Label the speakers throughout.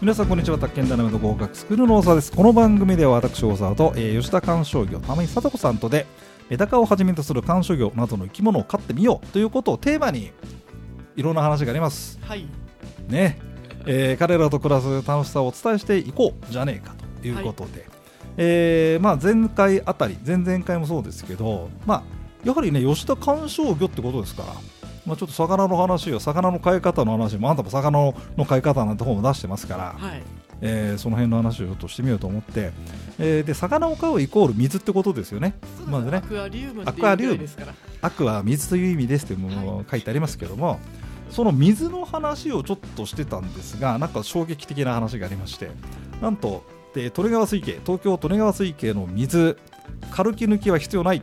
Speaker 1: 皆さんこんにちは宅建ダイナムの合格スクールの大沢ですこの番組では私大沢と、えー吉田鑑賞業玉井聡子さんとでメダカをはじめとする鑑賞業などの生き物を飼ってみようということをテーマにいろんな話があります
Speaker 2: はい、
Speaker 1: ね、えー彼らと暮らす楽しさをお伝えしていこうじゃねえかということで、えーまあ、前回あたり前々回もそうですけど、まあ、やはりね吉田観賞魚ってことですから、まあ、ちょっと魚の話や魚の飼い方の話もあんたも魚の飼い方なんて本を出してますから、
Speaker 2: はい、
Speaker 1: えーその辺の話をちょっとしてみようと思って、えーで魚を飼うイコール水ってことですよね。まずね
Speaker 2: アクアリウム
Speaker 1: ア
Speaker 2: っていう
Speaker 1: クアリウム
Speaker 2: ぐらいですから。
Speaker 1: アクは水という意味ですってもう書いてありますけども、その水の話をちょっとしてたんですがなんか衝撃的な話がありましてなんとで利根川水系東京利根川水系の水カルキ抜きは必要ないっ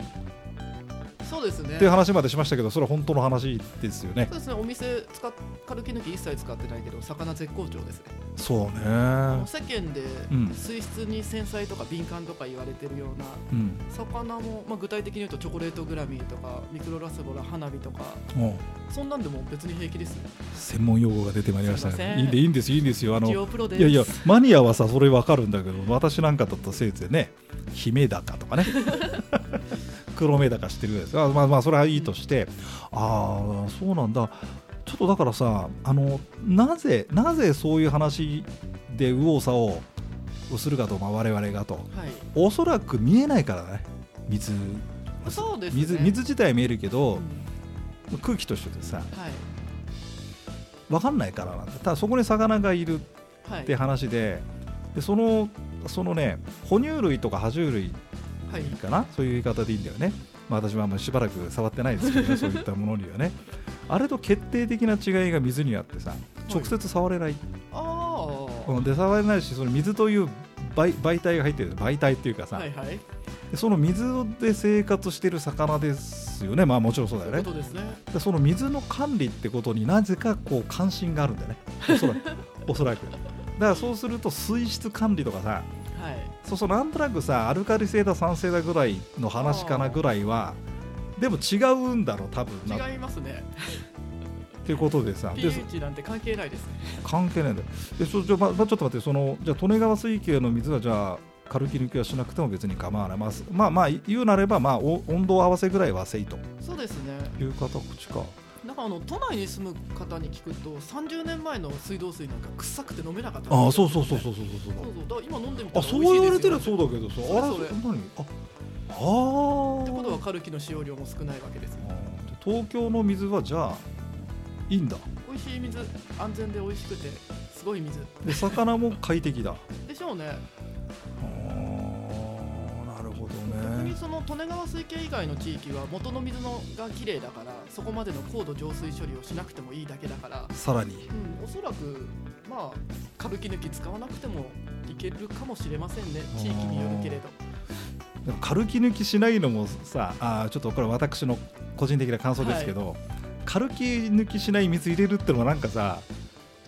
Speaker 2: そうですね。
Speaker 1: ていう話までしましたけどそれは本当の話ですよね
Speaker 2: そうですね。お店使っカルキ抜き一切使ってないけど、魚絶好調ですね。
Speaker 1: そうね
Speaker 2: もう世間で
Speaker 1: うん
Speaker 2: 水質に繊細とか敏感とか言われてるような
Speaker 1: うん
Speaker 2: 魚も、まあ具体的に言うとチョコレートグラミーとかミクロラスボラ花火とか、
Speaker 1: も
Speaker 2: そんなんでも別に平気ですね。
Speaker 1: う専門用語が出てまいりました
Speaker 2: すい
Speaker 1: ね
Speaker 2: ませ
Speaker 1: いい
Speaker 2: ん
Speaker 1: んでいいんですいいんですよあの
Speaker 2: 一応プロです。
Speaker 1: いやいやマニアはさそれわかるんだけど私なんかだとせいぜいね姫だかとかね 黒目だか知ってるぐらいですあまあまあそれはいいとして、ああそうなんだちょっとだからさあのなぜなぜそういう話で右往左往をするかと、まあ、我々がと
Speaker 2: はい。
Speaker 1: おそらく見えないからね水
Speaker 2: そうですね。
Speaker 1: 水水自体は見えるけ
Speaker 2: うん
Speaker 1: ど、空気としてさ
Speaker 2: はい。
Speaker 1: 分かんないからなんだただそこに魚がいる
Speaker 2: は
Speaker 1: っ
Speaker 2: い。
Speaker 1: て話ででそのそのね哺乳類とか爬虫類
Speaker 2: はい。
Speaker 1: かなそういう言い方でいいんだよね、まあ、私はあんまりしばらく触ってないですけ どねそういったものにはねあれと決定的な違いが水にあってさ直接触れない、
Speaker 2: ああ。
Speaker 1: うんで触れないしその水という媒媒体が入ってる媒体っていうかさ、
Speaker 2: はいはい。
Speaker 1: でその水で生活してる魚ですよねまあもちろんそうだ
Speaker 2: そう
Speaker 1: よ
Speaker 2: いう
Speaker 1: ね
Speaker 2: ことですね。
Speaker 1: でその水の管理ってことになぜかこう関心があるんだよねお そらくおそらくだからそうすると水質管理とかさ
Speaker 2: はい。
Speaker 1: そうそうなんとなくさアルカリ性だ酸性だぐらいの話かなぐらいはでも違うんだろう多分なっ
Speaker 2: 違いますね。
Speaker 1: ていうことでさでそ
Speaker 2: pH なんて関係ないですね。
Speaker 1: 関係ないんだよでそじゃあ、ままちょっと待ってそのじゃあ利根川水系の水はじゃあ軽き抜きはしなくても別に構わないますまあまあ言うなれば、まあ、お温度合わせぐらいはせいと
Speaker 2: そうですね。
Speaker 1: いう形か
Speaker 2: なんかあの都内に住む方に聞くと、30年前の水道水なんか臭くて飲めなかった。
Speaker 1: ああそうそうそう
Speaker 2: う。
Speaker 1: そうそうそう
Speaker 2: そう
Speaker 1: そう
Speaker 2: そう。だから今飲んでみた
Speaker 1: あ
Speaker 2: ら
Speaker 1: そう
Speaker 2: 美味しいですよ
Speaker 1: 言われてるそうだけどさ
Speaker 2: それ
Speaker 1: あれ
Speaker 2: それ
Speaker 1: 何ああー
Speaker 2: ってことはカルキの使用量も少ないわけですよ。
Speaker 1: あー東京の水はじゃあいいんだ
Speaker 2: 美味しい水、安全で美味しくてすごい水
Speaker 1: で魚も快適だ
Speaker 2: でしょうね。
Speaker 1: あーなるほど
Speaker 2: 逆に
Speaker 1: ね
Speaker 2: その利根川水系以外の地域は元の水のが綺麗だから、そこまでの高度浄水処理をしなくてもいいだけだから。
Speaker 1: さらに
Speaker 2: うん、おそらく、まあ、歌舞伎抜き使わなくてもいけるかもしれませんね、地域によるけれど。
Speaker 1: でも軽き抜きしないのもさあーちょっとこれ私の個人的な感想ですけど、軽き抜きしない水入れるってのはなんかさ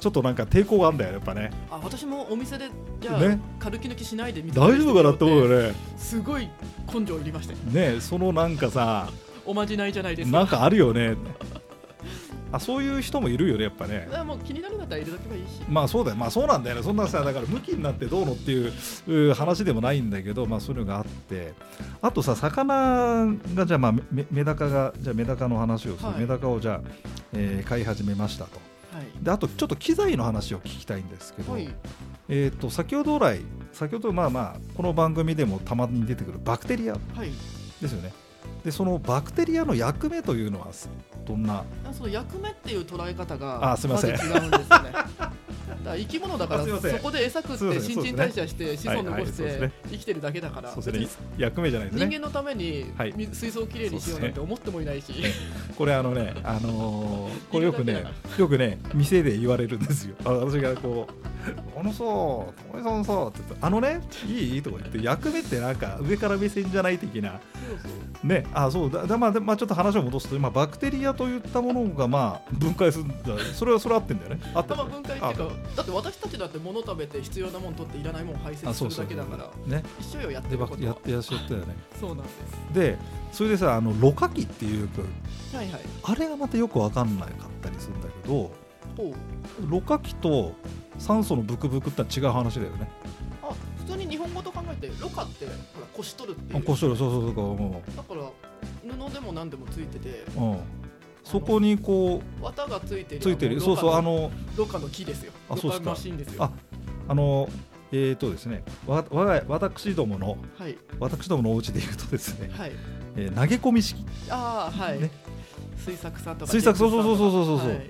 Speaker 1: ちょっとなんか抵抗があるんだよねやっぱね
Speaker 2: あ私もお店で、じゃあ、
Speaker 1: ね
Speaker 2: 歌舞伎抜きしないで見て
Speaker 1: 大丈夫かなって思う
Speaker 2: ね。
Speaker 1: よね
Speaker 2: すごい根性いりましたよ
Speaker 1: ねそのなんかさ
Speaker 2: おまじないじゃないです
Speaker 1: なん
Speaker 2: か。
Speaker 1: かあるよねあそういう人もいるよねやっぱね
Speaker 2: だからもう気になるんだったら入れとけばいいし。
Speaker 1: まあそうだよ、まあそうなんだよね、そんなさ、だから、向きになってどうのっていうう話でもないんだけど、まあそういうのがあって、あとさ、魚が、じゃあ、まあ、メメダカが、じゃあ、メダカの話をする、
Speaker 2: はい
Speaker 1: メダカをじゃあ、えー飼い始めましたと、
Speaker 2: はい。
Speaker 1: であと、ちょっと機材の話を聞きたいんですけど、
Speaker 2: はい。
Speaker 1: えー、と先ほど来、先ほど、まあまあ、この番組でもたまに出てくるバクテリア
Speaker 2: はい。
Speaker 1: ですよね。でそのバクテリアの役目というのはどんな
Speaker 2: だからその役目っていう捉え方が。
Speaker 1: あすいません
Speaker 2: ず違うんで すよね。だから生き物だか
Speaker 1: あ
Speaker 2: ら、
Speaker 1: すい
Speaker 2: そ
Speaker 1: ません
Speaker 2: こで餌食っ
Speaker 1: すいません
Speaker 2: て新陳代謝して、子孫残し
Speaker 1: はいはいそう
Speaker 2: て
Speaker 1: で
Speaker 2: 生きてるだけだから。
Speaker 1: そうですね
Speaker 2: 別に
Speaker 1: 役目じゃないです
Speaker 2: 人
Speaker 1: ね
Speaker 2: 間のために
Speaker 1: はい
Speaker 2: 水水槽をきれいにしようなんて思ってもいないし、
Speaker 1: これあのね、あのーこれよくね、よくね、店で言われるんですよ。あ私がこう、あのさ、ともさんさ、って言ってあのね、いいとか言って、役目ってなんか上から目線じゃない的な、ね、あ、そうだ、だまあ、でまあ、ちょっと話を戻すと、今、バクテリアといったものが、まあ、分解するんだ、それは、それは合ってんだよね。合ってる
Speaker 2: 頭分解っていうかだって私たちだって物食べて必要なもん取っていらないもん排
Speaker 1: あ
Speaker 2: 泄す
Speaker 1: そう
Speaker 2: る
Speaker 1: そ
Speaker 2: だ
Speaker 1: う
Speaker 2: けだから
Speaker 1: ね、
Speaker 2: 一緒よやって
Speaker 1: で、
Speaker 2: る
Speaker 1: バ
Speaker 2: こ
Speaker 1: ク
Speaker 2: と
Speaker 1: や
Speaker 2: は
Speaker 1: ってらっしゃったよね。
Speaker 2: そうなんで
Speaker 1: で、それでさ、あの、ろ過器っていうか、
Speaker 2: すはいはい
Speaker 1: あれがまたよくわかんなかったりするんだけど、
Speaker 2: ほう
Speaker 1: ろ過器と酸素のブクブクってのは違う話だよね
Speaker 2: あ普通に日本語と考えてろ過ってほらこし取るってい
Speaker 1: あ
Speaker 2: う
Speaker 1: こしょるそうそうそうも
Speaker 2: だから布でも何でもついてて
Speaker 1: う、うん、そこにこ
Speaker 2: 綿がついて
Speaker 1: う
Speaker 2: る
Speaker 1: ついてるそうそうあの
Speaker 2: ろ過の木ですよ
Speaker 1: あそうっすか
Speaker 2: ろ過マシンですよ
Speaker 1: ああのえーとですねわ我が私どもの
Speaker 2: はい
Speaker 1: 私どものお家で言うとですね、
Speaker 2: はい
Speaker 1: えー投げ込み式
Speaker 2: ああはい、
Speaker 1: ね
Speaker 2: 水作さんとか
Speaker 1: 水作そうそうそうそうそうそう
Speaker 2: ジェ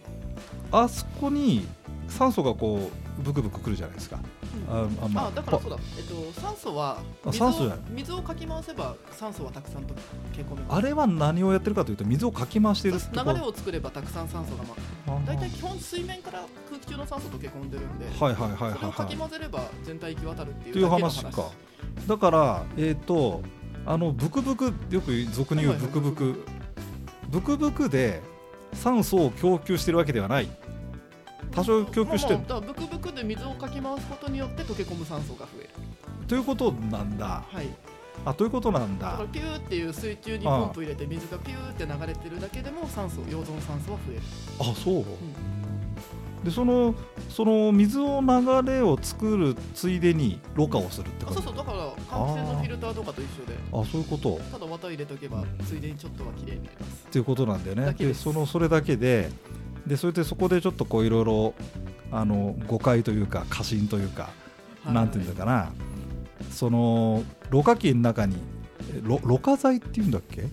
Speaker 1: あそこに酸素がこうブクブクくるじゃないですか
Speaker 2: イソンさんとかはい
Speaker 1: ああ
Speaker 2: うん
Speaker 1: ま
Speaker 2: あだから
Speaker 1: パ
Speaker 2: そうだ、えっと、酸素は
Speaker 1: あ
Speaker 2: 水を
Speaker 1: 酸素じゃない
Speaker 2: 水をかき回せば酸素はたくさんとけ込めます
Speaker 1: あれは何をやってるかというと水をかき回してるとこ
Speaker 2: 流れを作ればたくさん酸素がま
Speaker 1: あー
Speaker 2: 大体基本水面から空気中の酸素溶け込んでるんで、
Speaker 1: はいはいはいはい
Speaker 2: それをか
Speaker 1: は
Speaker 2: き
Speaker 1: い
Speaker 2: 混ぜれば全体行き渡るっていう
Speaker 1: という
Speaker 2: だけの
Speaker 1: 話かだからえっ、とあのブクブクよく俗に言う
Speaker 2: はいは
Speaker 1: ブク
Speaker 2: い
Speaker 1: ブクブクブクで酸素を供給してるわけではない多少供給して
Speaker 2: まあまあだからブクブクで水をかき回すことによって溶け込む酸素が増える
Speaker 1: ということなんだ
Speaker 2: はい
Speaker 1: あということなん
Speaker 2: だか
Speaker 1: だ
Speaker 2: らピューっていう水中にポンプ入れて水がピューって流れてるだけでも酸素溶存酸素は増える
Speaker 1: あそう、でそのその水を流れを作るついでにろ過をするって
Speaker 2: あ
Speaker 1: こと
Speaker 2: そうそうだから換気扇のフィルターとかと一緒で
Speaker 1: あそういうこと
Speaker 2: ただ綿入れとけばついでにちょっとは綺麗になります
Speaker 1: っていうことなんだよね。
Speaker 2: だ
Speaker 1: で
Speaker 2: けです
Speaker 1: そのそれだけででそれでそこでちょっとこういろいろあの誤解というか過信というか、なんていうんだ
Speaker 2: か
Speaker 1: かなそのろ過器の中にえろろ過剤っていうんだっけ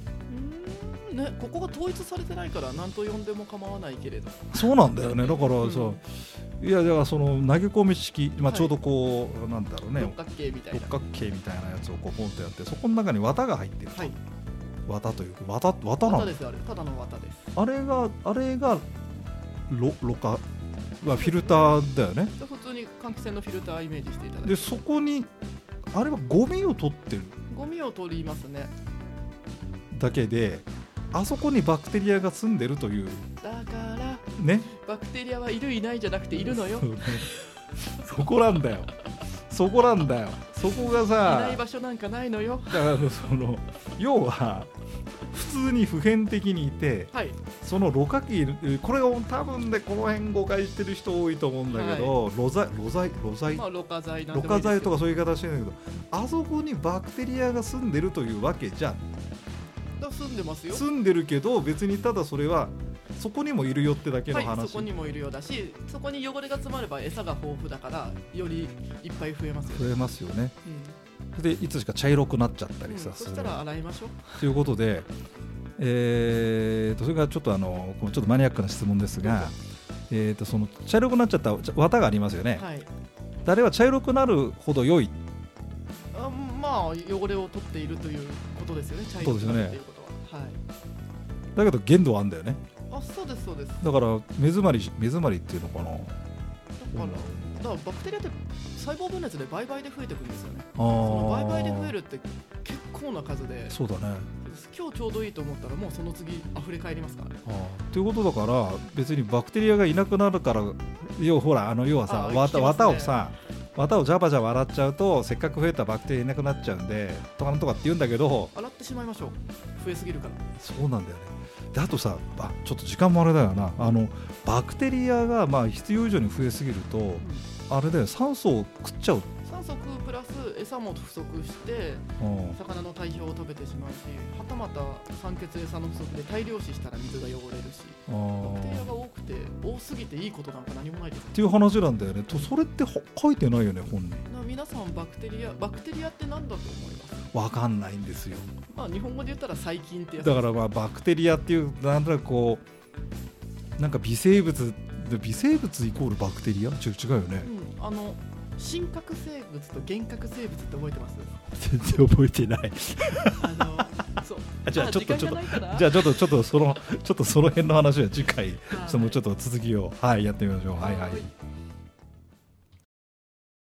Speaker 2: ね、ここが統一されてないから何と呼んでも構わないけれど
Speaker 1: そうなんだよねだから
Speaker 2: うん
Speaker 1: さ、いやだからその投げ込み式、まあ、
Speaker 2: はい
Speaker 1: ちょうどこう、なんだろうね
Speaker 2: 六角形みたい
Speaker 1: 六
Speaker 2: な
Speaker 1: 角形みたいなやつをこうポンとやってそこの中に綿が入ってると、
Speaker 2: はい
Speaker 1: 綿というか綿綿な
Speaker 2: 綿
Speaker 1: の
Speaker 2: ですよあれただの綿です
Speaker 1: あれがあれがろろ過まあフィルターだよね
Speaker 2: 普通に換気扇のフィルターイメージしていただい
Speaker 1: で
Speaker 2: て
Speaker 1: そこにあれはゴミを取ってる
Speaker 2: ゴミを取りますね
Speaker 1: だけであそこにバクテリアが住んでるという
Speaker 2: だから
Speaker 1: ね
Speaker 2: バクテリアはいるいないじゃなくているのよ
Speaker 1: そうねそこなんだよそこなんだよそこが
Speaker 2: い
Speaker 1: さ
Speaker 2: ない場所なんかないのよ
Speaker 1: だからその要は普通に普遍的にいて
Speaker 2: はい
Speaker 1: そのろ過器これを多分でこの辺誤解してる人多いと思うんだけど、ろざろざいろざい
Speaker 2: まあろ過剤なん
Speaker 1: ろ
Speaker 2: でもい
Speaker 1: 過剤
Speaker 2: いですけ
Speaker 1: と
Speaker 2: ど
Speaker 1: かそういう言い方してるんだけどあそこにバクテリアが住んでるというわけじゃ
Speaker 2: だから住んでますよ
Speaker 1: 住んでるけど別にただそれはそこにもいるよってだけの
Speaker 2: はい、そ
Speaker 1: 話、
Speaker 2: こにもいるようだしそこに汚れが詰まれば餌が豊富だからよりいっぱい増えますよ、
Speaker 1: 増えますよね
Speaker 2: うん
Speaker 1: でいつしか茶色くなっちゃった
Speaker 2: う
Speaker 1: り
Speaker 2: ん
Speaker 1: さ、
Speaker 2: そ
Speaker 1: する
Speaker 2: したら洗いましょう
Speaker 1: ということで、えー、とそれからちょっとあのこうちょっとマニアックな質問ですが、えー、とその茶色くなっちゃったちゃ綿がありますよね、
Speaker 2: はい
Speaker 1: 誰は茶色くなるほど良い
Speaker 2: あまあ汚れを取っているということですよね茶色くなるっていうことは、
Speaker 1: だけど限度はあるんだよね
Speaker 2: はい、あそうですそうですだ
Speaker 1: だから目詰まり目詰まりっていうのかな
Speaker 2: からだからバクテリアって細胞分裂で倍々で増えていくんですよね
Speaker 1: あ
Speaker 2: その倍々で増え
Speaker 1: る
Speaker 2: るって結構な数で
Speaker 1: そうだね
Speaker 2: 今日ちょうどいいと思ったらもうその次溢れ返りますからね
Speaker 1: ああということだから別にバクテリアがいなくなるから要はほらあの要はさ
Speaker 2: ああ
Speaker 1: 綿,、
Speaker 2: 聞きますね
Speaker 1: 綿をさ綿をジャバジャバ洗っちゃうとせっかく増えたバクテリアいなくなっちゃうんでとかなんとかって言うんだけど
Speaker 2: 洗ってしまいましょう増えすぎるから
Speaker 1: そうなんだよねであとさあちょっと時間もあれだよなあのバクテリアがまあ必要以上に増えすぎるとあれだよ酸素を食っちゃう、
Speaker 2: 酸素食うプラス餌も不足して
Speaker 1: うん
Speaker 2: 魚の体表を食べてしまうしはたまた酸欠餌の不足で大量死したら水が汚れるし
Speaker 1: あ
Speaker 2: バ
Speaker 1: ー
Speaker 2: クテリアが多くて多すぎていいことなんか何もないです
Speaker 1: っていう話なんだよねとそれってほ書いてないよね本に
Speaker 2: な皆さんバクテリアバクテリアって何だと思います
Speaker 1: わかんないんですよ
Speaker 2: まあ日本語で言ったら細菌ってやつ
Speaker 1: だからまあバクテリアっていうなんとなくこうなんか微生物で微生物イコールバクテリア違う違うよね
Speaker 2: うん、あの真核生物と原核生物って覚えてます
Speaker 1: 全然覚えてない
Speaker 2: あの そう
Speaker 1: じゃあちょっとちょっと
Speaker 2: と
Speaker 1: じゃあちょっとちょっとそのちょっとその辺の話は次回
Speaker 2: あ
Speaker 1: そのちょっと続きをはいやってみましょうはいはい
Speaker 2: はい